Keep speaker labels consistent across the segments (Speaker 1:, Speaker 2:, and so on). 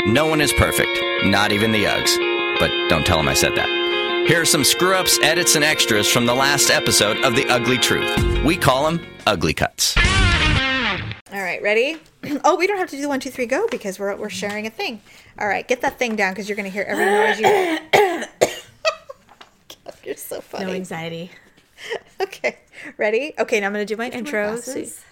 Speaker 1: No one is perfect, not even the Uggs. But don't tell them I said that. Here are some screw ups, edits, and extras from the last episode of The Ugly Truth. We call them ugly cuts.
Speaker 2: All right, ready? Oh, we don't have to do one, two, three, go because we're we're sharing a thing. All right, get that thing down because you're going to hear every noise you. God, you're so funny.
Speaker 3: No anxiety.
Speaker 2: Okay, ready? Okay, now I'm going to do my intro. so-
Speaker 3: glasses?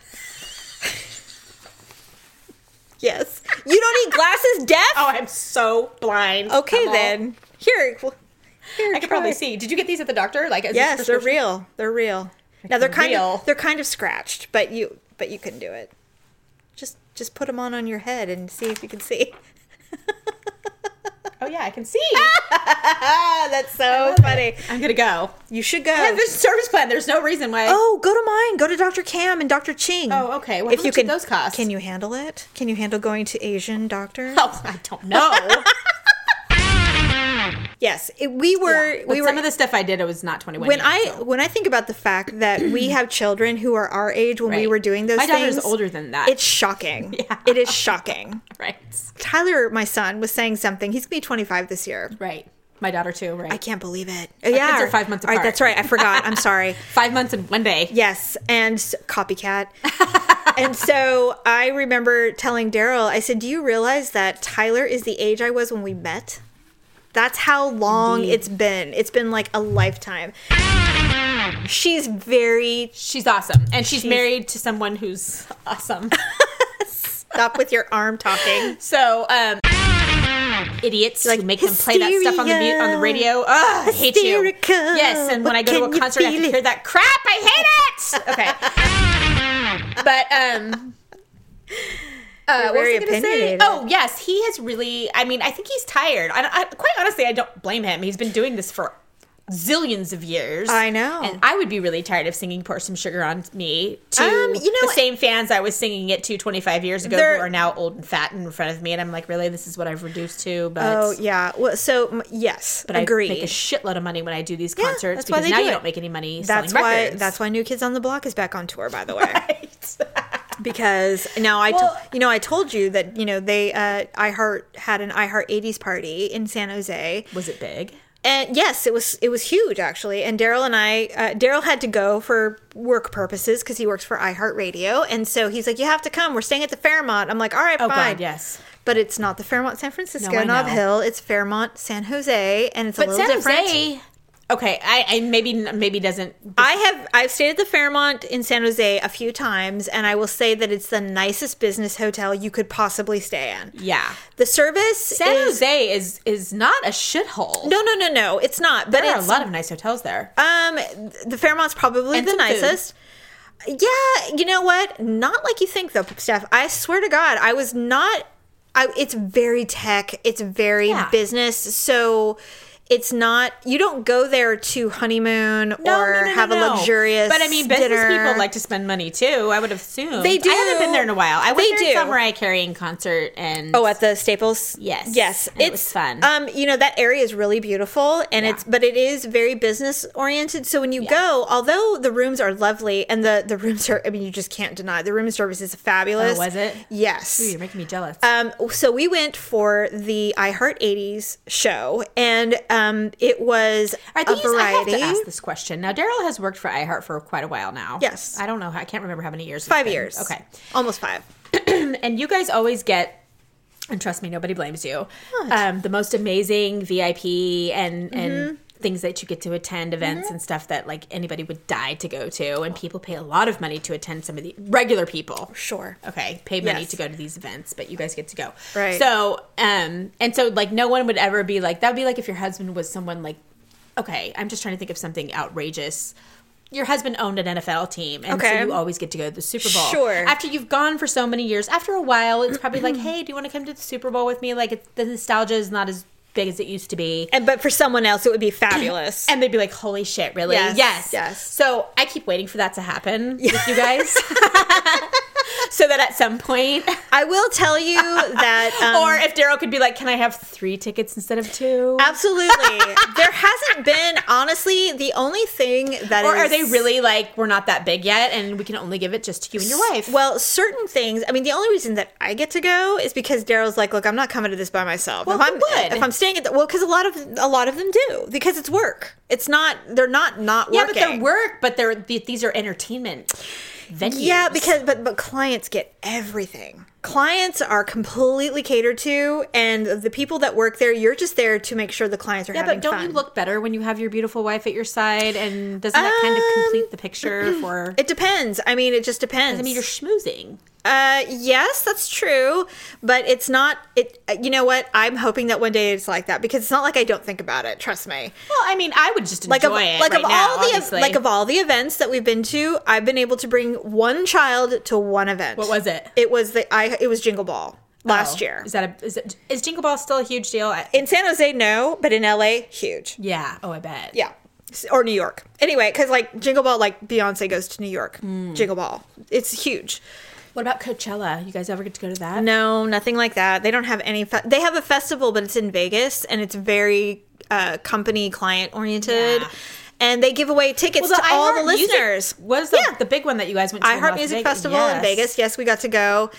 Speaker 2: Yes, you don't need glasses, deaf.
Speaker 3: Oh, I'm so blind.
Speaker 2: okay
Speaker 3: I'm all-
Speaker 2: then. Here, well, here.
Speaker 3: I could probably see. Did you get these at the doctor? Like, is this
Speaker 2: Yes, they're
Speaker 3: prescription?
Speaker 2: real. They're real. Now they're
Speaker 3: They're
Speaker 2: kind
Speaker 3: real.
Speaker 2: of they're kind of scratched, but you but you can do it. Just just put them on on your head and see if you can see.
Speaker 3: Oh yeah, I can see.
Speaker 2: Ah, that's so funny.
Speaker 3: I'm gonna go. Oh.
Speaker 2: You should go.
Speaker 3: I have this service plan. There's no reason why.
Speaker 2: Oh, go to mine. Go to Dr. Cam and Dr. Ching.
Speaker 3: Oh, okay. Well, how much did those cost?
Speaker 2: Can you handle it? Can you handle going to Asian doctors?
Speaker 3: Oh, I don't know.
Speaker 2: Yes, it- we were.
Speaker 3: But
Speaker 2: we were.
Speaker 3: some of the stuff I did, it was not 21.
Speaker 2: when
Speaker 3: yet,
Speaker 2: I
Speaker 3: so.
Speaker 2: when I think about the fact that we have children who are our age when we
Speaker 3: Right.
Speaker 2: were doing those
Speaker 3: My
Speaker 2: things,
Speaker 3: daughter's older than that.
Speaker 2: It's shocking.
Speaker 3: Yeah.
Speaker 2: It is shocking.
Speaker 3: right,
Speaker 2: Tyler, my son, was saying something. He's gonna be 25 this year.
Speaker 3: right. My daughter too. Right.
Speaker 2: I can't believe it. Oh, yeah,
Speaker 3: kids are five months
Speaker 2: All right,
Speaker 3: apart.
Speaker 2: that's right. I forgot. I'm sorry.
Speaker 3: Five months and one day.
Speaker 2: Yes, and s- copycat. and so I remember telling Daryl, I said, "Do you realize that Tyler is the age I was when we met? That's how long it's been. It's been like a lifetime." She's very
Speaker 3: She's awesome, and she's, married to someone who's awesome.
Speaker 2: stop with your arm talking.
Speaker 3: so, um, idiots
Speaker 2: Like,
Speaker 3: who make them play that stuff on the mu- on the radio. Ugh, I hate you.
Speaker 2: hysterical,
Speaker 3: Yes, and when I
Speaker 2: but
Speaker 3: go to
Speaker 2: can
Speaker 3: a
Speaker 2: you
Speaker 3: concert, I have
Speaker 2: feel
Speaker 3: to
Speaker 2: it?
Speaker 3: hear that crap. I hate it. Okay, but um. Uh, what was
Speaker 2: very
Speaker 3: I gonna say?
Speaker 2: opinionated.
Speaker 3: Oh yes, he has really. I mean, I think he's tired. I, I quite honestly, I don't blame him. He's been doing this for zillions of years.
Speaker 2: I know.
Speaker 3: and I would be really tired of singing "Pour Some Sugar on Me" to
Speaker 2: Um, you know-
Speaker 3: the same fans I was singing it to 25 years ago, who
Speaker 2: There-
Speaker 3: are now old and fat and in front of me, and I'm like, really, this is what I've reduced to. But
Speaker 2: Oh yeah. Well, so m- yes,
Speaker 3: but
Speaker 2: agreed.
Speaker 3: I make a shitload of money when I do these
Speaker 2: Yeah,
Speaker 3: concerts
Speaker 2: that's why
Speaker 3: because
Speaker 2: they
Speaker 3: now
Speaker 2: do
Speaker 3: you
Speaker 2: it.
Speaker 3: don't make any money
Speaker 2: that's
Speaker 3: selling
Speaker 2: why.
Speaker 3: records.
Speaker 2: That's why New Kids on the Block is back on tour. By the way. because now I, to-
Speaker 3: Well-
Speaker 2: you know, I told you that you know they uh, iHeart had an iHeart '80s party in San Jose,
Speaker 3: was it big?
Speaker 2: and yes, it was it was huge actually. And Daryl and I, uh, Daryl had to go for work purposes because he works for iHeartRadio, and so he's like, "You have to come. We're staying at the Fairmont." I'm like, "All right,
Speaker 3: Oh
Speaker 2: fine."
Speaker 3: God, yes.
Speaker 2: but it's not the Fairmont San Francisco
Speaker 3: No, I
Speaker 2: Nob
Speaker 3: know.
Speaker 2: Hill. It's Fairmont San Jose, and it's a
Speaker 3: But
Speaker 2: little
Speaker 3: San
Speaker 2: different.
Speaker 3: Jose, okay, I, I maybe maybe doesn't.
Speaker 2: I have I've stayed at the Fairmont in San Jose a few times, and I will say that it's the nicest business hotel you could possibly stay in.
Speaker 3: Yeah,
Speaker 2: The service
Speaker 3: San
Speaker 2: is
Speaker 3: Jose is is not a shithole.
Speaker 2: no, no, no, no. It's not. But
Speaker 3: there are a
Speaker 2: it's
Speaker 3: lot of nice hotels there.
Speaker 2: um, the Fairmont's probably
Speaker 3: And
Speaker 2: the
Speaker 3: some food.
Speaker 2: nicest. Yeah, you know what? Not like you think though, Steph. I swear to God, I was not. I, it's very tech. It's very
Speaker 3: Yeah.
Speaker 2: business. So. It's not you don't go there to honeymoon
Speaker 3: No, no,
Speaker 2: or
Speaker 3: no, no,
Speaker 2: have a
Speaker 3: no.
Speaker 2: luxurious.
Speaker 3: But I mean, business
Speaker 2: dinner.
Speaker 3: people like to spend money too. I would assume
Speaker 2: They do.
Speaker 3: I haven't been there in a while. I went
Speaker 2: They
Speaker 3: there in
Speaker 2: do.
Speaker 3: summer. I carrying concert and
Speaker 2: Oh, at the Staples.
Speaker 3: Yes.
Speaker 2: yes,
Speaker 3: And it was fun.
Speaker 2: Um, you know that area is really beautiful, and
Speaker 3: Yeah.
Speaker 2: it's but it is very business oriented. So when you go, although the rooms are lovely and the the room service, I mean, you just can't deny the room service is fabulous.
Speaker 3: Oh, was it?
Speaker 2: Yes.
Speaker 3: Ooh, you're making me jealous.
Speaker 2: Um, so we went for the iHeart 80s show, and um, it was
Speaker 3: Are these?
Speaker 2: a variety.
Speaker 3: I have to ask this question. Now, Daryl has worked for iHeart for quite a while now.
Speaker 2: Yes.
Speaker 3: I don't know. how- I can't remember how many years. it's
Speaker 2: five
Speaker 3: been.
Speaker 2: years.
Speaker 3: Okay.
Speaker 2: almost five.
Speaker 3: And you guys always get, and trust me, nobody blames you, um, the most amazing VIP and and
Speaker 2: Mm-hmm.
Speaker 3: things that you get to attend events and stuff that like anybody would die to go to, and people pay a lot of money to attend some of the regular people.
Speaker 2: Sure.
Speaker 3: Okay, pay money
Speaker 2: Yes.
Speaker 3: to go to these events, but you guys get to go.
Speaker 2: Right.
Speaker 3: So, um, and so like no one would ever be like that. Would be like if your husband was someone like, okay, I'm just trying to think of something outrageous. Your husband owned an NFL team, and
Speaker 2: Okay.
Speaker 3: so you always get to go to the Super Bowl.
Speaker 2: Sure.
Speaker 3: After you've gone for so many years, after a while, it's probably like, hey, do you want to come to the Super Bowl with me? Like, it's, the nostalgia is not as big as it used to be.
Speaker 2: And but for someone else, it would be fabulous.
Speaker 3: And they'd be like, holy shit, really?
Speaker 2: Yes,
Speaker 3: Yes.
Speaker 2: yes.
Speaker 3: So I keep waiting for that to happen with you guys. so that at some point,
Speaker 2: I will tell you that. Um,
Speaker 3: or if Daryl could be like, "Can I have three tickets instead of two?
Speaker 2: absolutely, there hasn't been honestly the only thing that
Speaker 3: Or are
Speaker 2: is-
Speaker 3: they really like we're not that big yet, and we can only give it just to you and your wife?
Speaker 2: Well, certain things. I mean, the only reason that I get to go is because Daryl's like, "Look, I'm not coming to this by myself.
Speaker 3: Well,
Speaker 2: if I'm
Speaker 3: who would?
Speaker 2: if I'm staying at the well, because a lot of a lot of them do because it's work. It's not they're not not
Speaker 3: yeah,
Speaker 2: working.
Speaker 3: but they're work, but they're th- these are entertainment venues.
Speaker 2: Yeah, because but but clients get everything. Clients are completely catered to, and the people that work there, you're just there to make sure the clients are
Speaker 3: yeah,
Speaker 2: having
Speaker 3: but don't
Speaker 2: fun.
Speaker 3: you look better when you have your beautiful wife at your side? And doesn't that kind of
Speaker 2: Um,
Speaker 3: complete the picture for?
Speaker 2: It depends. I mean, it just depends.
Speaker 3: I mean, you're schmoozing.
Speaker 2: Uh, yes, that's true, but it's not. It. You know what? I'm hoping that one day it's like that because it's not like I don't think about it. Trust me.
Speaker 3: Well, I mean, I would just enjoy
Speaker 2: Like of
Speaker 3: it
Speaker 2: like
Speaker 3: right
Speaker 2: of
Speaker 3: now,
Speaker 2: all the
Speaker 3: obviously.
Speaker 2: like of all the events that we've been to, I've been able to bring one child to one event.
Speaker 3: What was it?
Speaker 2: It was the I. It was Jingle Ball last
Speaker 3: Oh,
Speaker 2: year.
Speaker 3: Is that a is, it, is Jingle Ball still a huge deal? I-
Speaker 2: in San Jose, no, but in LA, huge.
Speaker 3: yeah. Oh, I bet.
Speaker 2: Yeah. S- Or New York. Anyway, because like Jingle Ball, like Beyonce goes to New York.
Speaker 3: Hmm.
Speaker 2: Jingle Ball. It's huge.
Speaker 3: What about Coachella? You guys ever get to go to that?
Speaker 2: No, nothing like that. They don't have any. Fe- they have a festival, but it's in Vegas and it's very uh, company client oriented.
Speaker 3: Yeah.
Speaker 2: And they give away tickets to all the
Speaker 3: iHeart Music
Speaker 2: listeners.
Speaker 3: was the,
Speaker 2: Yeah.
Speaker 3: the big one that you guys went to. in
Speaker 2: iHeart
Speaker 3: Las
Speaker 2: Music
Speaker 3: Vegas.
Speaker 2: Festival in
Speaker 3: Yes.
Speaker 2: Vegas. Yes, we got to go,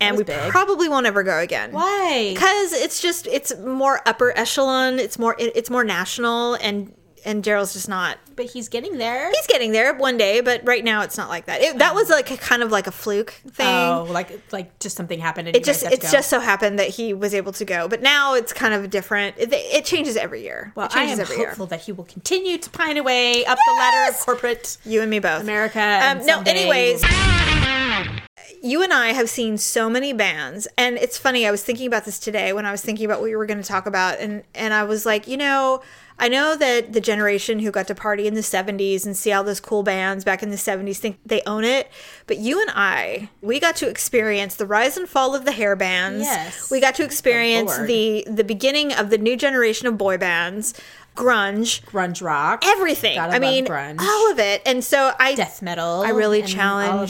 Speaker 2: and we
Speaker 3: was big.
Speaker 2: probably won't ever go again.
Speaker 3: Why?
Speaker 2: Because it's just it's more upper echelon. It's more it, it's more national, and and Daryl's just not
Speaker 3: But he's getting there.
Speaker 2: he's getting there one day, but right now it's not like that. It, that was like a, kind of like a fluke thing.
Speaker 3: oh, like like just something happened. And
Speaker 2: it just it's just so happened that he was able to go, but now it's kind of different. It, it changes every year.
Speaker 3: Well,
Speaker 2: it
Speaker 3: I
Speaker 2: changes
Speaker 3: am
Speaker 2: every
Speaker 3: hopeful
Speaker 2: year.
Speaker 3: that he will continue to pine away up the ladder of
Speaker 2: Yes!
Speaker 3: corporate
Speaker 2: You and me both,
Speaker 3: America.
Speaker 2: Um,
Speaker 3: and
Speaker 2: no,
Speaker 3: someday
Speaker 2: anyways,
Speaker 3: we'll-
Speaker 2: you and I have seen so many bands, and it's funny. I was thinking about this today when I was thinking about what we were going to talk about, and and I was like, you know, I know that the generation who got to party in the '70s and see all those cool bands back in the '70s think they own it, but you and I, we got to experience the rise and fall of the hair bands.
Speaker 3: Yes. Oh,
Speaker 2: we got to experience
Speaker 3: Lord.
Speaker 2: the the beginning of the new generation of boy bands, grunge,
Speaker 3: grunge rock,
Speaker 2: everything.
Speaker 3: Gotta
Speaker 2: I
Speaker 3: love
Speaker 2: mean,
Speaker 3: grunge.
Speaker 2: all of it. And so I
Speaker 3: death metal.
Speaker 2: I really
Speaker 3: and all of-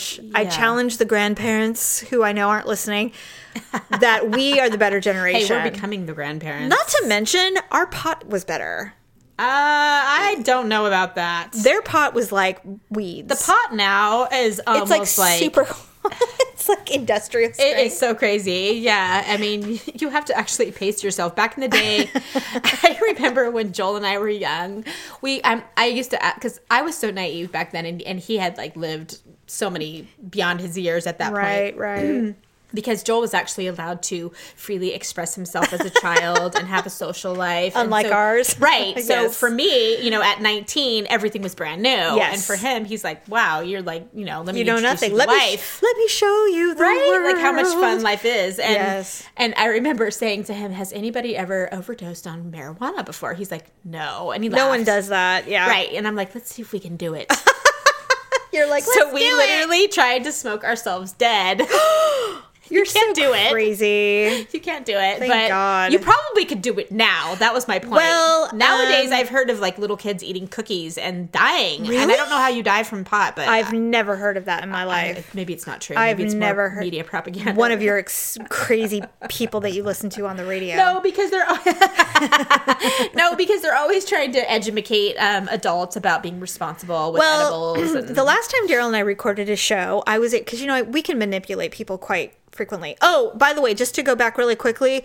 Speaker 2: challenge. I
Speaker 3: yeah.
Speaker 2: challenge the grandparents who I know aren't listening that we are the better
Speaker 3: Hey,
Speaker 2: generation.
Speaker 3: we're becoming the grandparents.
Speaker 2: Not to mention, our pot was better.
Speaker 3: Uh, I don't know about that.
Speaker 2: Their pot was like weeds.
Speaker 3: The pot now is
Speaker 2: It's
Speaker 3: almost
Speaker 2: like, super. it's like industrial.
Speaker 3: It
Speaker 2: strength.
Speaker 3: is so crazy. Yeah. I mean, you have to actually pace yourself. Back in the day, I remember when Joel and I were young, we um, I used to because I was so naive back then, and, and he had like lived so many beyond his years at that
Speaker 2: right,
Speaker 3: point Mm-hmm.
Speaker 2: right.
Speaker 3: because Joel was actually allowed to freely express himself as a child and have a social life. And
Speaker 2: Unlike
Speaker 3: so-
Speaker 2: ours.
Speaker 3: Right. So
Speaker 2: Yes.
Speaker 3: for me, you know, at 19, everything was brand new. And for him, he's like, wow, you're like, you know, let me
Speaker 2: you know
Speaker 3: introduce
Speaker 2: nothing.
Speaker 3: to
Speaker 2: Let me
Speaker 3: life
Speaker 2: sh- let me show you the
Speaker 3: right like how much fun
Speaker 2: world.
Speaker 3: life is and
Speaker 2: Yes.
Speaker 3: and i remember saying to him has anybody ever overdosed on marijuana before he's like no and he
Speaker 2: no one
Speaker 3: laughed.
Speaker 2: does that. Yeah,
Speaker 3: right and i'm like let's see if we can do it
Speaker 2: You're like
Speaker 3: so we literally tried to smoke ourselves dead
Speaker 2: You're
Speaker 3: can't
Speaker 2: so
Speaker 3: do it.
Speaker 2: Crazy.
Speaker 3: you can't do it
Speaker 2: Thank
Speaker 3: but
Speaker 2: God.
Speaker 3: you probably could do it now that was my point
Speaker 2: Well,
Speaker 3: nowadays
Speaker 2: um,
Speaker 3: i've heard of like little kids eating cookies and dying and
Speaker 2: Really?
Speaker 3: i don't know how you die from pot but
Speaker 2: I've never heard of that in my life.
Speaker 3: maybe it's not true
Speaker 2: I've
Speaker 3: maybe it's more
Speaker 2: never heard-
Speaker 3: media propaganda
Speaker 2: one of your ex- crazy people that you listen to on the radio.
Speaker 3: No, because they're no, because they're always trying to educate um, adults about being responsible with
Speaker 2: well,
Speaker 3: edibles. And,
Speaker 2: the last time Daryl and I recorded a show, I was because you know we can manipulate people quite frequently. Oh, by the way, just to go back really quickly,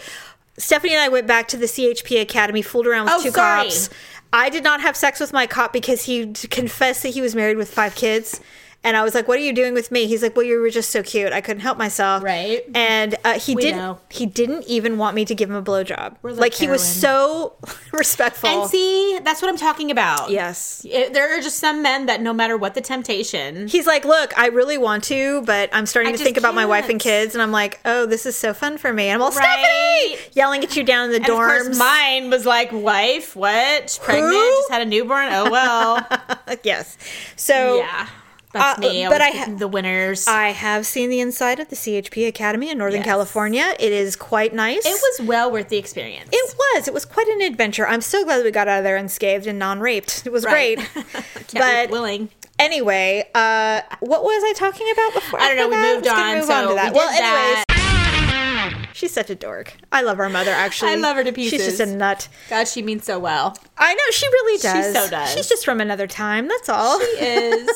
Speaker 2: Stephanie and I went back to the CHP Academy, fooled around with
Speaker 3: Oh,
Speaker 2: two
Speaker 3: sorry.
Speaker 2: cops. I did not have sex with my cop because he d- confessed that he was married with five kids. And I was like, "What are you doing with me?" He's like, "Well, you were just so cute. I couldn't help myself."
Speaker 3: Right.
Speaker 2: And uh, he didn't.
Speaker 3: know.
Speaker 2: He didn't even want me to give him a blowjob.
Speaker 3: like
Speaker 2: Like, he was so respectful.
Speaker 3: and see, that's what I'm talking about.
Speaker 2: yes.
Speaker 3: It- there are just some men that no matter what the temptation,
Speaker 2: he's like, "Look, I really want to, but I'm starting
Speaker 3: I
Speaker 2: to
Speaker 3: just
Speaker 2: think about my wife and
Speaker 3: can't."
Speaker 2: kids." And I'm like, "Oh, this is so fun for me." And I'm all
Speaker 3: Right.
Speaker 2: Stephanie yelling at you down in the
Speaker 3: and of
Speaker 2: dorms.
Speaker 3: course, mine was like, wife, what, She's pregnant,
Speaker 2: Who?
Speaker 3: just had a newborn. Oh well,
Speaker 2: yes. So
Speaker 3: yeah, that's
Speaker 2: Uh,
Speaker 3: me. Oh. I
Speaker 2: but
Speaker 3: was
Speaker 2: I
Speaker 3: picking
Speaker 2: ha-
Speaker 3: the winners.
Speaker 2: I have seen the inside of the CHP Academy in Northern
Speaker 3: Yes.
Speaker 2: California. It is quite nice.
Speaker 3: it was well worth the experience.
Speaker 2: It was. It was quite an adventure. I'm so glad we got out of there unscathed and non-raped. It was
Speaker 3: Right.
Speaker 2: great.
Speaker 3: Can't be
Speaker 2: but
Speaker 3: willing.
Speaker 2: Anyway, uh, what was I talking about before?
Speaker 3: I don't know, we
Speaker 2: forgot.
Speaker 3: moved
Speaker 2: Let's
Speaker 3: on,
Speaker 2: Move on
Speaker 3: so
Speaker 2: to that.
Speaker 3: we did
Speaker 2: well, anyways, she's such a dork. I love our mother. Actually,
Speaker 3: I love her to
Speaker 2: She's just
Speaker 3: pieces.
Speaker 2: a nut.
Speaker 3: God, she means so well.
Speaker 2: I know she really does.
Speaker 3: so does.
Speaker 2: She's just from another time. That's all.
Speaker 3: Is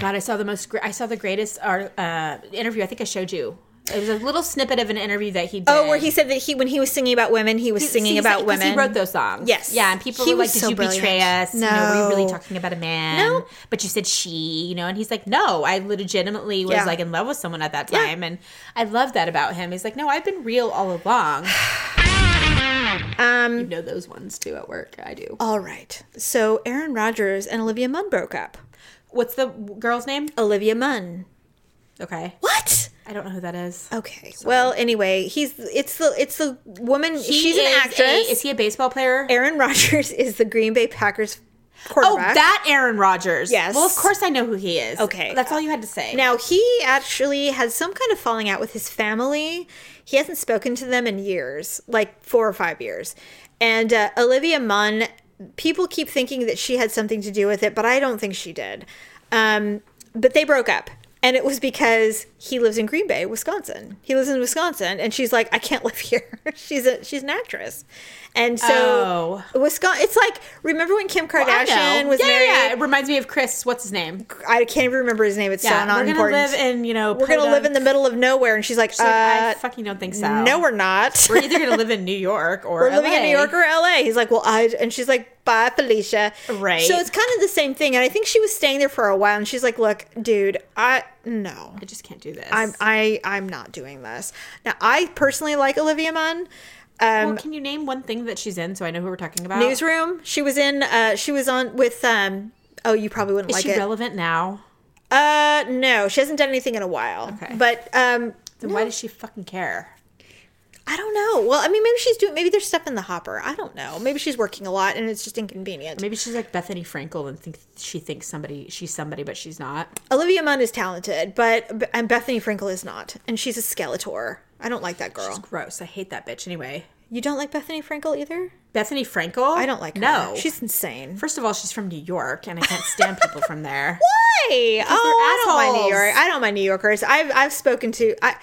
Speaker 3: God, I saw the most. gr- I saw the greatest art, uh, interview. I think I showed you. It was a little snippet of an interview that he did.
Speaker 2: oh, where he said that he when he was singing about women, he was singing
Speaker 3: He's
Speaker 2: about
Speaker 3: like- 'cause
Speaker 2: women.
Speaker 3: He wrote those songs.
Speaker 2: Yes.
Speaker 3: Yeah, and people
Speaker 2: He
Speaker 3: were like,
Speaker 2: was
Speaker 3: "Did
Speaker 2: so
Speaker 3: you betray
Speaker 2: brilliant.
Speaker 3: us? You know, were you
Speaker 2: No.
Speaker 3: really talking about a man?
Speaker 2: No.
Speaker 3: But you said she, you know." And he's like, "No, I legitimately was
Speaker 2: Yeah.
Speaker 3: like in love with someone at that
Speaker 2: Yeah.
Speaker 3: time, and I love that about him." He's like, "No, I've been real all along."
Speaker 2: Um,
Speaker 3: you know those ones too at work. I do.
Speaker 2: All right. So Aaron Rodgers and Olivia Munn broke up.
Speaker 3: What's the girl's name?
Speaker 2: Olivia Munn.
Speaker 3: Okay,
Speaker 2: What?
Speaker 3: I don't know who that is.
Speaker 2: Okay. Well, anyway, he's it's the it's the woman. she's
Speaker 3: He
Speaker 2: an
Speaker 3: is a-
Speaker 2: actress.
Speaker 3: is he a baseball player?
Speaker 2: Aaron Rodgers is the Green Bay Packers
Speaker 3: Oh,
Speaker 2: quarterback.
Speaker 3: that Aaron Rodgers.
Speaker 2: Yes.
Speaker 3: Well, of course I know who he is.
Speaker 2: Okay.
Speaker 3: That's all you had to say.
Speaker 2: Now he actually has some kind of falling out with his family. He hasn't spoken to them in years, like four or five years. And uh, Olivia Munn, people keep thinking that she had something to do with it, but I don't think she did. Um, but they broke up. And it was because he lives in Green Bay, Wisconsin. He lives in Wisconsin, and she's like, "I can't live here." she's a she's an actress, and so Wisconsin. It's like remember when Kim
Speaker 3: Oh. I
Speaker 2: Kardashian
Speaker 3: know.
Speaker 2: was
Speaker 3: yeah,
Speaker 2: married?
Speaker 3: yeah, yeah. It reminds me of Chris. What's his name?
Speaker 2: I can't even remember his name. It's
Speaker 3: Yeah,
Speaker 2: so not
Speaker 3: we're gonna
Speaker 2: important
Speaker 3: live in you know.
Speaker 2: we're gonna live in the middle of nowhere and she's like, uh
Speaker 3: I fucking don't think so.
Speaker 2: no we're not
Speaker 3: we're either gonna live in New York or
Speaker 2: we're living in
Speaker 3: LA.
Speaker 2: new york or la he's like well i and she's like bye felicia
Speaker 3: Right.
Speaker 2: so it's kind of the same thing and i think she was staying there for a while and she's like look dude i no
Speaker 3: I just can't do this.
Speaker 2: i'm i i'm not doing this now i personally like olivia munn
Speaker 3: well, can you name one thing that she's in so I know who we're talking about?
Speaker 2: newsroom she was in uh she was on with um oh you probably wouldn't
Speaker 3: Is
Speaker 2: like
Speaker 3: she
Speaker 2: it
Speaker 3: relevant now?
Speaker 2: uh no she hasn't done anything in a while
Speaker 3: Okay.
Speaker 2: but um
Speaker 3: Then why does she fucking care?
Speaker 2: I don't know. Well, I mean, maybe she's doing. Maybe there's stuff in the hopper. I don't know. Maybe she's working a lot, and it's just inconvenient.
Speaker 3: Maybe she's like Bethany Frankel and think she thinks somebody she's somebody, but she's not.
Speaker 2: Olivia Munn is talented, but and Bethany Frankel is not, and she's a Skeletor. I don't like that girl.
Speaker 3: Gross. I hate that bitch. Anyway,
Speaker 2: you don't like Bethany Frankel either.
Speaker 3: Bethany Frankel.
Speaker 2: I don't like her.
Speaker 3: No,
Speaker 2: she's insane.
Speaker 3: First of all, she's from New York, and I can't stand people from there.
Speaker 2: Why? Oh, I don't mind New
Speaker 3: assholes.
Speaker 2: York. I don't mind New Yorkers. I've I've spoken to I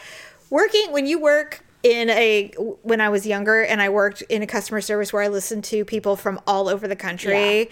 Speaker 2: working when you work in a when I was younger and I worked in a customer service where I listened to people from all over the country.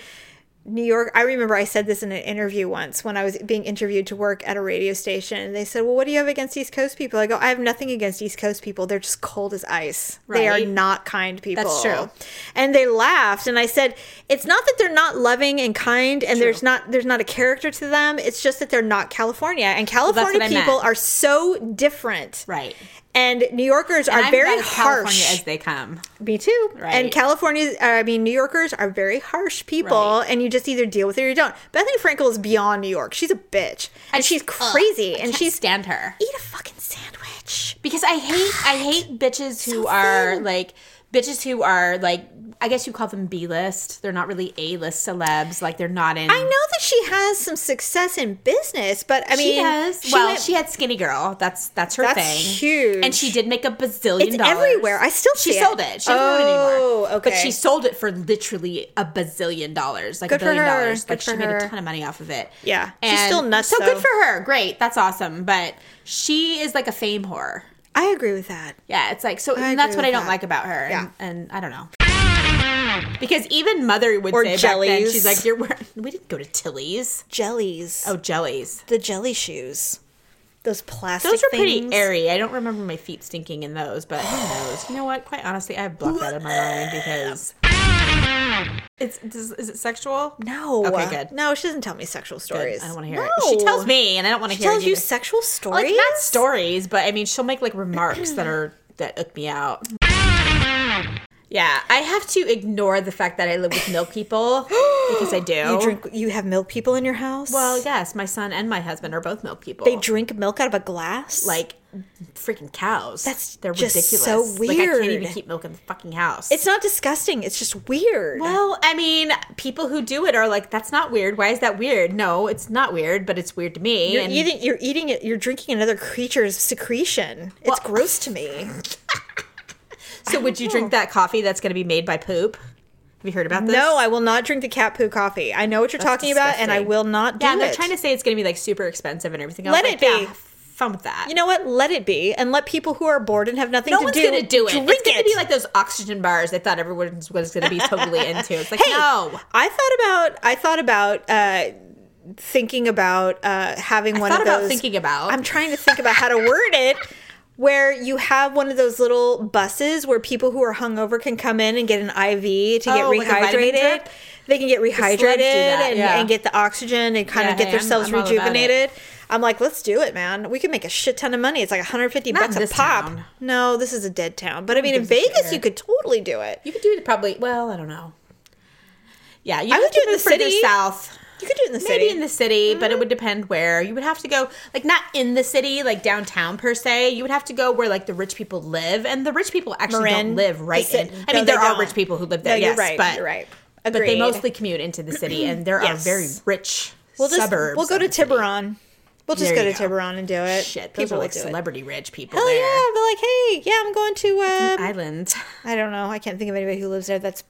Speaker 2: New York, I remember I said this in an interview once when I was being interviewed to work at a radio station. And they said, Well, what do you have against East Coast people? I go, I have nothing against East Coast people. They're just cold as ice. They are
Speaker 3: Right.
Speaker 2: not kind people.
Speaker 3: true.
Speaker 2: And they laughed. And I said, It's not that they're not loving and kind and there's not there's not a character to them. It's just that they're not California. And
Speaker 3: that's
Speaker 2: California
Speaker 3: what I
Speaker 2: people
Speaker 3: meant.
Speaker 2: are so different.
Speaker 3: Right.
Speaker 2: And New Yorkers are
Speaker 3: I'm
Speaker 2: very
Speaker 3: about as California
Speaker 2: harsh.
Speaker 3: as they come.
Speaker 2: Me too.
Speaker 3: Right.
Speaker 2: And California, uh, I mean, New Yorkers are very harsh people,
Speaker 3: Right.
Speaker 2: and you just either deal with it or you don't. Bethany Frankel is beyond New York. She's a bitch, and she's crazy, and
Speaker 3: Can't
Speaker 2: she's
Speaker 3: stand her.
Speaker 2: eat a fucking sandwich.
Speaker 3: because I hate I hate bitches who are like bitches who are like I guess you call them B list. They're not really A list celebs. Like they're not in.
Speaker 2: I know that she has some success in business, but I mean,
Speaker 3: She has. well,
Speaker 2: went-
Speaker 3: she had Skinny Girl. That's that's her
Speaker 2: That's
Speaker 3: thing.
Speaker 2: huge.
Speaker 3: And she did make a bazillion
Speaker 2: It's
Speaker 3: dollars.
Speaker 2: everywhere. I still
Speaker 3: she
Speaker 2: see it.
Speaker 3: sold it. She doesn't own it
Speaker 2: Oh,
Speaker 3: anymore. But
Speaker 2: okay.
Speaker 3: she sold it for literally a bazillion dollars, like
Speaker 2: Good
Speaker 3: a
Speaker 2: for
Speaker 3: billion
Speaker 2: her.
Speaker 3: dollars.
Speaker 2: Good
Speaker 3: Like
Speaker 2: for
Speaker 3: she made
Speaker 2: her.
Speaker 3: a ton of money off of it.
Speaker 2: Yeah. She's
Speaker 3: and
Speaker 2: still nuts,
Speaker 3: So
Speaker 2: though.
Speaker 3: good for her. Great. That's awesome. But she is like a fame whore.
Speaker 2: I agree with that.
Speaker 3: Yeah, it's like so.
Speaker 2: agree
Speaker 3: And that's what
Speaker 2: with
Speaker 3: I don't
Speaker 2: that.
Speaker 3: like about her.
Speaker 2: Yeah.
Speaker 3: And, and I don't know. Because even mother would
Speaker 2: Or
Speaker 3: say back then,
Speaker 2: jellies.
Speaker 3: she's like, "You're wearing, we didn't go to Tilly's.
Speaker 2: Jellies.
Speaker 3: Oh, jellies.
Speaker 2: the jelly shoes. Those plastic.
Speaker 3: Those were
Speaker 2: things.
Speaker 3: pretty airy. I don't remember my feet stinking in those, but who knows? You know what? Quite honestly, I've blocked that in my mind because it's does, is it sexual?
Speaker 2: No.
Speaker 3: Okay, good.
Speaker 2: No, she doesn't tell me sexual stories.
Speaker 3: I don't want to hear it. She tells me, and I don't want to
Speaker 2: She
Speaker 3: hear
Speaker 2: tells
Speaker 3: it.
Speaker 2: you
Speaker 3: either.
Speaker 2: sexual
Speaker 3: like
Speaker 2: stories.
Speaker 3: not stories, but I mean, she'll make like remarks that are that ick me out. Yeah, I have to ignore the fact that I live with milk people because I do.
Speaker 2: You drink. You have milk people in your house.
Speaker 3: Well, yes, my son and my husband are both milk people.
Speaker 2: they drink milk out of a glass.
Speaker 3: like freaking cows.
Speaker 2: That's
Speaker 3: they're
Speaker 2: just
Speaker 3: ridiculous.
Speaker 2: so
Speaker 3: Like I can't even
Speaker 2: weird.
Speaker 3: keep milk in the fucking house.
Speaker 2: it's not disgusting. It's just weird.
Speaker 3: well, I mean, people who do it are like, that's not weird. Why is that weird? No, it's not weird, but it's weird to me.
Speaker 2: you're
Speaker 3: and
Speaker 2: eating. You're eating it. You're drinking another creature's secretion. it's gross to me.
Speaker 3: so, would you drink that coffee that's going to be made by poop? Have you heard about this?
Speaker 2: No, I will not drink the cat poo coffee. I know what you're talking about, and I
Speaker 3: disgusting.
Speaker 2: will not do
Speaker 3: yeah, and
Speaker 2: it.
Speaker 3: they're trying to say it's going to be like super expensive and everything. I
Speaker 2: Let
Speaker 3: was
Speaker 2: it
Speaker 3: like, yeah,
Speaker 2: be.
Speaker 3: have fun with that.
Speaker 2: you know what? Let it be, and let people who are bored and have nothing
Speaker 3: no
Speaker 2: to
Speaker 3: one's
Speaker 2: do
Speaker 3: going to do it.
Speaker 2: Drink
Speaker 3: it's going
Speaker 2: it.
Speaker 3: to be like those oxygen bars. I thought everyone was going to be totally into. It's like
Speaker 2: Hey,
Speaker 3: no.
Speaker 2: I thought about I thought about uh, thinking about uh, having one
Speaker 3: thought
Speaker 2: of
Speaker 3: about
Speaker 2: those.
Speaker 3: thinking about.
Speaker 2: I'm trying to think about how to word it. Where you have one of those little buses where people who are hungover can come in and get an IV to get
Speaker 3: Oh, like a vitamin
Speaker 2: rehydrated.
Speaker 3: drip?
Speaker 2: they can get
Speaker 3: sleds do
Speaker 2: rehydrated
Speaker 3: that,
Speaker 2: and,
Speaker 3: yeah.
Speaker 2: and get the oxygen and kind
Speaker 3: Yeah,
Speaker 2: of get
Speaker 3: hey, I'm-
Speaker 2: themselves
Speaker 3: I'm all about it.
Speaker 2: rejuvenated. I'm like, let's do it, man. We can make a shit ton of money. It's like 150
Speaker 3: Not in
Speaker 2: bucks a
Speaker 3: this
Speaker 2: pop.
Speaker 3: town.
Speaker 2: No, this is a dead town. But I mean, in
Speaker 3: gives a shit
Speaker 2: Vegas,
Speaker 3: here?
Speaker 2: you could totally do it.
Speaker 3: You could do it probably. Well, I don't know. Yeah, you
Speaker 2: I would
Speaker 3: have
Speaker 2: do
Speaker 3: to
Speaker 2: it in
Speaker 3: move
Speaker 2: the
Speaker 3: further
Speaker 2: city.
Speaker 3: south.
Speaker 2: You could do it in the city. Mm-hmm.
Speaker 3: Maybe in the city, but it would depend where. You would have to go, like, not in the city, like downtown per se. You would have to go where, like, the rich people live. And the rich people actually
Speaker 2: Marin,
Speaker 3: don't live right
Speaker 2: the ci-
Speaker 3: in. I
Speaker 2: no,
Speaker 3: mean, there
Speaker 2: they
Speaker 3: are
Speaker 2: don't.
Speaker 3: rich people who live
Speaker 2: No,
Speaker 3: there,
Speaker 2: you're
Speaker 3: yes.
Speaker 2: right.
Speaker 3: But,
Speaker 2: you're right.
Speaker 3: but they
Speaker 2: Agreed.
Speaker 3: mostly commute into the city, and there
Speaker 2: Yes.
Speaker 3: are very rich
Speaker 2: we'll just
Speaker 3: suburbs.
Speaker 2: we'll go
Speaker 3: of
Speaker 2: to
Speaker 3: the city.
Speaker 2: Tiburon. We'll just
Speaker 3: There
Speaker 2: go to
Speaker 3: you go.
Speaker 2: Tiburon and do it.
Speaker 3: Shit, those are
Speaker 2: will
Speaker 3: like
Speaker 2: do it.
Speaker 3: celebrity rich people
Speaker 2: Hell
Speaker 3: there.
Speaker 2: yeah! Be like, hey, yeah, I'm going to. Uh,
Speaker 3: Island.
Speaker 2: I don't know. I can't think of anybody who lives there. That's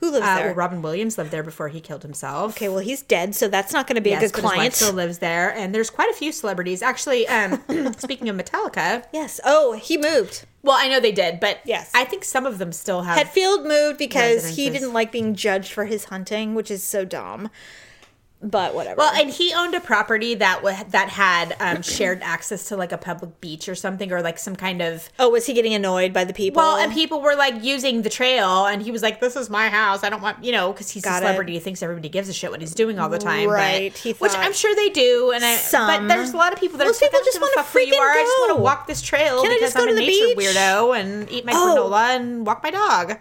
Speaker 2: who lives
Speaker 3: Uh,
Speaker 2: there.
Speaker 3: well, Robin Williams lived there before he killed himself.
Speaker 2: okay, well he's dead, so that's not going to be a good
Speaker 3: yes, but his wife
Speaker 2: client.
Speaker 3: still lives there, and there's quite a few celebrities. Actually, um, speaking of Metallica,
Speaker 2: Yes. Oh, he moved.
Speaker 3: well, I know they did, but
Speaker 2: Yes.
Speaker 3: I think some of them still have.
Speaker 2: Hetfield moved because he
Speaker 3: Residences.
Speaker 2: didn't like being judged for his hunting, which is so dumb. But whatever.
Speaker 3: well, and he owned a property that wa that had um, shared access to like a public beach or something, or like some kind of.
Speaker 2: oh, was he getting annoyed by the people?
Speaker 3: Well, and people were like using the trail, and he was like, "This is my house. I don't want you know," because he's
Speaker 2: Got it.
Speaker 3: a celebrity. He thinks everybody gives a shit what he's doing all the time, but-
Speaker 2: Right, he
Speaker 3: which
Speaker 2: thought-
Speaker 3: I'm sure they do. And I,
Speaker 2: Some.
Speaker 3: but there's a lot of people that
Speaker 2: Most
Speaker 3: are just
Speaker 2: people
Speaker 3: like, I don't
Speaker 2: just
Speaker 3: give a
Speaker 2: wanna
Speaker 3: fuck who you
Speaker 2: freaking
Speaker 3: are. I just want
Speaker 2: go.
Speaker 3: to walk this trail
Speaker 2: Can I
Speaker 3: because
Speaker 2: just go
Speaker 3: I'm
Speaker 2: to
Speaker 3: a
Speaker 2: the
Speaker 3: nature
Speaker 2: beach?
Speaker 3: weirdo and eat my
Speaker 2: Oh.
Speaker 3: granola and walk my dog.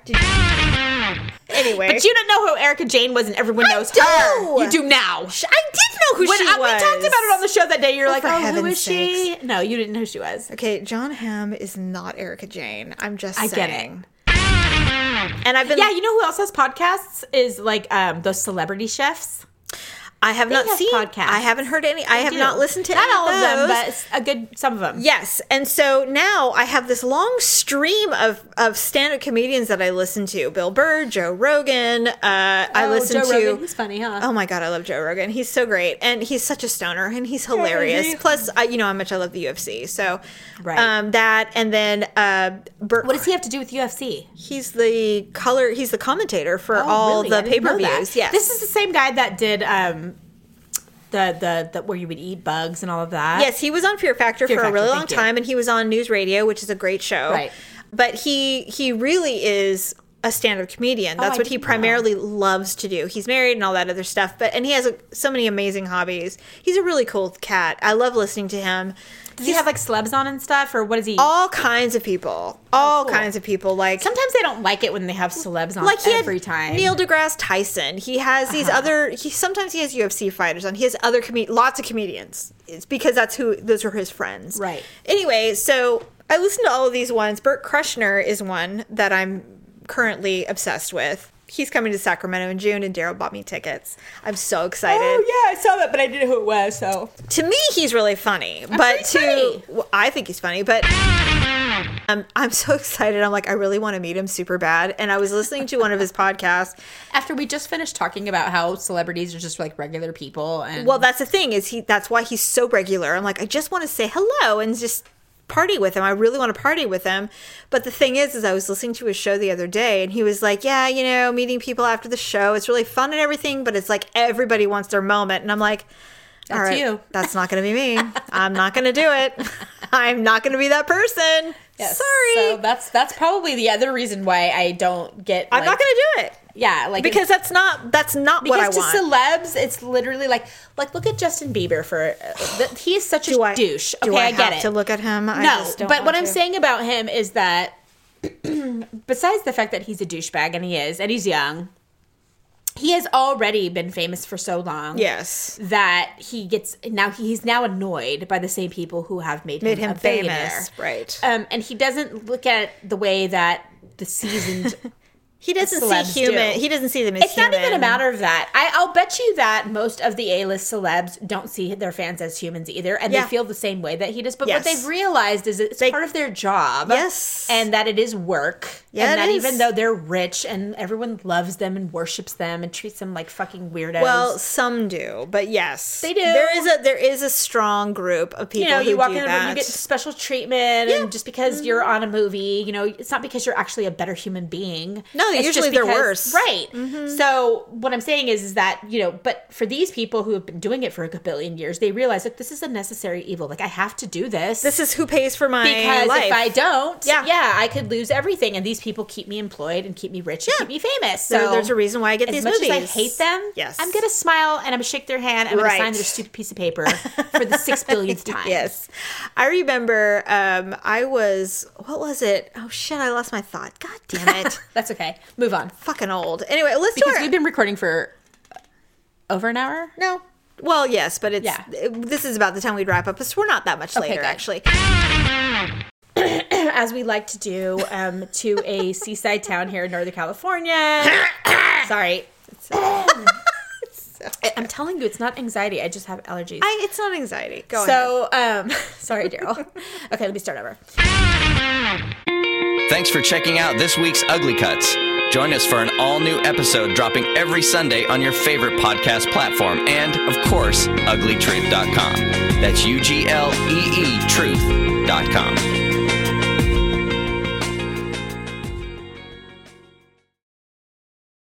Speaker 2: anyway,
Speaker 3: But you don't know who Erica Jane was, and everyone knows
Speaker 2: do.
Speaker 3: her. You do now.
Speaker 2: I did know who
Speaker 3: When
Speaker 2: she
Speaker 3: I,
Speaker 2: was.
Speaker 3: we talked about it on the show that day, you're like,
Speaker 2: for
Speaker 3: "Oh, who
Speaker 2: heaven's
Speaker 3: is she?" No, you didn't know who she was.
Speaker 2: Okay, John Hamm is not Erica Jane. I'm just
Speaker 3: I get it.
Speaker 2: saying. And I've been
Speaker 3: Yeah, you know who else has podcasts? Is like um, those celebrity chefs.
Speaker 2: I have not
Speaker 3: have
Speaker 2: seen
Speaker 3: podcasts.
Speaker 2: I haven't heard any. I have
Speaker 3: do.
Speaker 2: not listened to
Speaker 3: not
Speaker 2: any
Speaker 3: all of
Speaker 2: those.
Speaker 3: them, but s- a good some of them.
Speaker 2: Yes, and so now I have this long stream of of stand-up comedians that I listen to: Bill Burr, Joe Rogan. Uh,
Speaker 3: Oh,
Speaker 2: I listen to.
Speaker 3: funny, huh?
Speaker 2: Oh my god, I love Joe Rogan. He's so great, and he's such a stoner, and he's hilarious. Plus, I, you know how much I love the UFC, so
Speaker 3: Right.
Speaker 2: um, that, and then uh, Burt
Speaker 3: What does he have to do with UFC?
Speaker 2: He's the color. He's the commentator for all
Speaker 3: Oh, really? I
Speaker 2: the pay
Speaker 3: didn't know
Speaker 2: per
Speaker 3: that.
Speaker 2: views. Yes,
Speaker 3: this is the same guy that did um, the, the the where you would eat bugs and all of that.
Speaker 2: yes. He was on Fear Factor
Speaker 3: uh, Fear
Speaker 2: for
Speaker 3: Factor,
Speaker 2: a really long
Speaker 3: thank you.
Speaker 2: time, and he was on News Radio, which is a great show.
Speaker 3: Right.
Speaker 2: But he he really is a stand-up comedian. That's
Speaker 3: Oh, I
Speaker 2: what he
Speaker 3: didn't know.
Speaker 2: primarily loves to do. He's married and all that other stuff, but and he has a, so many amazing hobbies. He's a really cool cat. I love listening to him.
Speaker 3: Does he have like celebs on and stuff, or what is he?
Speaker 2: All kinds of people. All
Speaker 3: Oh, cool.
Speaker 2: kinds of people. Like
Speaker 3: Sometimes they don't like it when they have celebs on
Speaker 2: like he
Speaker 3: Um, every
Speaker 2: had
Speaker 3: time. Uh-huh.
Speaker 2: Neil deGrasse Tyson. He has these other. He sometimes he has UFC fighters on. He has other com- lots of comedians. It's because that's who those are his friends.
Speaker 3: Right.
Speaker 2: Anyway, so I listen to all of these ones. Bert Krushner is one that I'm currently obsessed with. He's coming to Sacramento in June, and Daryl bought me tickets. I'm so excited
Speaker 3: Oh, yeah, I saw that, but I didn't know who it was. So
Speaker 2: to me he's really funny but
Speaker 3: he's
Speaker 2: to
Speaker 3: funny.
Speaker 2: Well, i think he's funny but um, i'm so excited i'm like i really want to meet him super bad and i was listening to one of his podcasts
Speaker 3: after we just finished talking about how celebrities are just like regular people, and
Speaker 2: well that's the thing is he that's why he's so regular i'm like i just want to say hello and just party with him i really want to party with him but the thing is is i was listening to his show the other day and he was like yeah you know meeting people after the show it's really fun and everything but it's like everybody wants their moment and i'm like all
Speaker 3: That's
Speaker 2: right,
Speaker 3: you.
Speaker 2: that's not going to be me. I'm not going to do it. I'm not going to be that person.
Speaker 3: Yes.
Speaker 2: Sorry.
Speaker 3: So that's that's probably the other reason why I don't get.
Speaker 2: I'm not going to do it
Speaker 3: Yeah, like
Speaker 2: because that's not that's not what I
Speaker 3: because to
Speaker 2: want.
Speaker 3: celebs, it's literally like like look at Justin Bieber for uh, th- he is such
Speaker 2: do
Speaker 3: a
Speaker 2: I
Speaker 3: douche. Okay,
Speaker 2: Do I,
Speaker 3: I, get
Speaker 2: have
Speaker 3: it.
Speaker 2: to look at him? I
Speaker 3: no,
Speaker 2: just don't
Speaker 3: but what
Speaker 2: want
Speaker 3: I'm
Speaker 2: to.
Speaker 3: saying about him is that besides the fact that he's a douchebag and he is and he's young, he has already been famous for so long.
Speaker 2: yes,
Speaker 3: That he gets now he's now annoyed by the same people who have made,
Speaker 2: made
Speaker 3: him,
Speaker 2: him Uh,
Speaker 3: Mm, a billionaire.
Speaker 2: famous, right?
Speaker 3: Um, and he doesn't look at the way that the seasoned
Speaker 2: He doesn't
Speaker 3: celebs
Speaker 2: see human.
Speaker 3: do.
Speaker 2: He doesn't see them as
Speaker 3: It's not even a
Speaker 2: human.
Speaker 3: matter of that. I, I'll bet you that most of the A-list celebs don't see their fans as humans either, and
Speaker 2: Yeah.
Speaker 3: they feel the same way that he does. But
Speaker 2: Yes.
Speaker 3: what they've realized is it's
Speaker 2: They-
Speaker 3: part of their job,
Speaker 2: Yes.
Speaker 3: and that it is work,
Speaker 2: Yeah,
Speaker 3: and
Speaker 2: it
Speaker 3: that
Speaker 2: is.
Speaker 3: even though they're rich and everyone loves them and worships them and treats them like fucking weirdos.
Speaker 2: Well, some do, but yes,
Speaker 3: They do.
Speaker 2: There is a there is a strong group of people.
Speaker 3: you know, you
Speaker 2: who
Speaker 3: walk
Speaker 2: do
Speaker 3: in the
Speaker 2: that. Mm-hmm.
Speaker 3: room, you get special treatment, and just because you're on a movie, you know, it's not because you're actually a better human being.
Speaker 2: No,
Speaker 3: It's
Speaker 2: usually
Speaker 3: just
Speaker 2: they're
Speaker 3: because-
Speaker 2: worse. Mm-hmm.
Speaker 3: right? So what I'm saying is, is that you know, but for these people who have been doing it for a billion years, they realize like this is a necessary evil. Like I have to do this.
Speaker 2: this is who pays for my
Speaker 3: because
Speaker 2: life.
Speaker 3: if I don't,
Speaker 2: Yeah.
Speaker 3: yeah. yeah, I could lose everything. And these people keep me employed and keep me rich and keep me famous. So
Speaker 2: There- there's a reason why I get
Speaker 3: as
Speaker 2: these
Speaker 3: much
Speaker 2: movies.
Speaker 3: as I hate them,
Speaker 2: Yes.
Speaker 3: I'm gonna smile and I'm gonna shake their hand. I'm
Speaker 2: Right.
Speaker 3: gonna sign their stupid piece of paper for the six billionth time.
Speaker 2: Yes. I remember um, I was, what was it? Oh shit, I lost my thought. God damn it.
Speaker 3: That's okay. Move on.
Speaker 2: Fucking old. Anyway, let's
Speaker 3: Because
Speaker 2: do our,
Speaker 3: we've been recording for over an hour.
Speaker 2: No. Well, yes, but it's
Speaker 3: Yeah.
Speaker 2: it- this is about the time we'd wrap up, so we're not that much later, actually.
Speaker 3: good. As we like to do um, to a seaside town here in Northern California. Sorry. It's- I- I'm telling you, it's not anxiety. I just have allergies.
Speaker 2: I, it's not anxiety. Go ahead.
Speaker 3: so, um, sorry, Daryl. Okay, let me start over.
Speaker 1: Thanks for checking out this week's Ugly Cuts. Join us for an all new episode dropping every Sunday on your favorite podcast platform and, of course, uglytruth.com. That's U G L E E truth.com.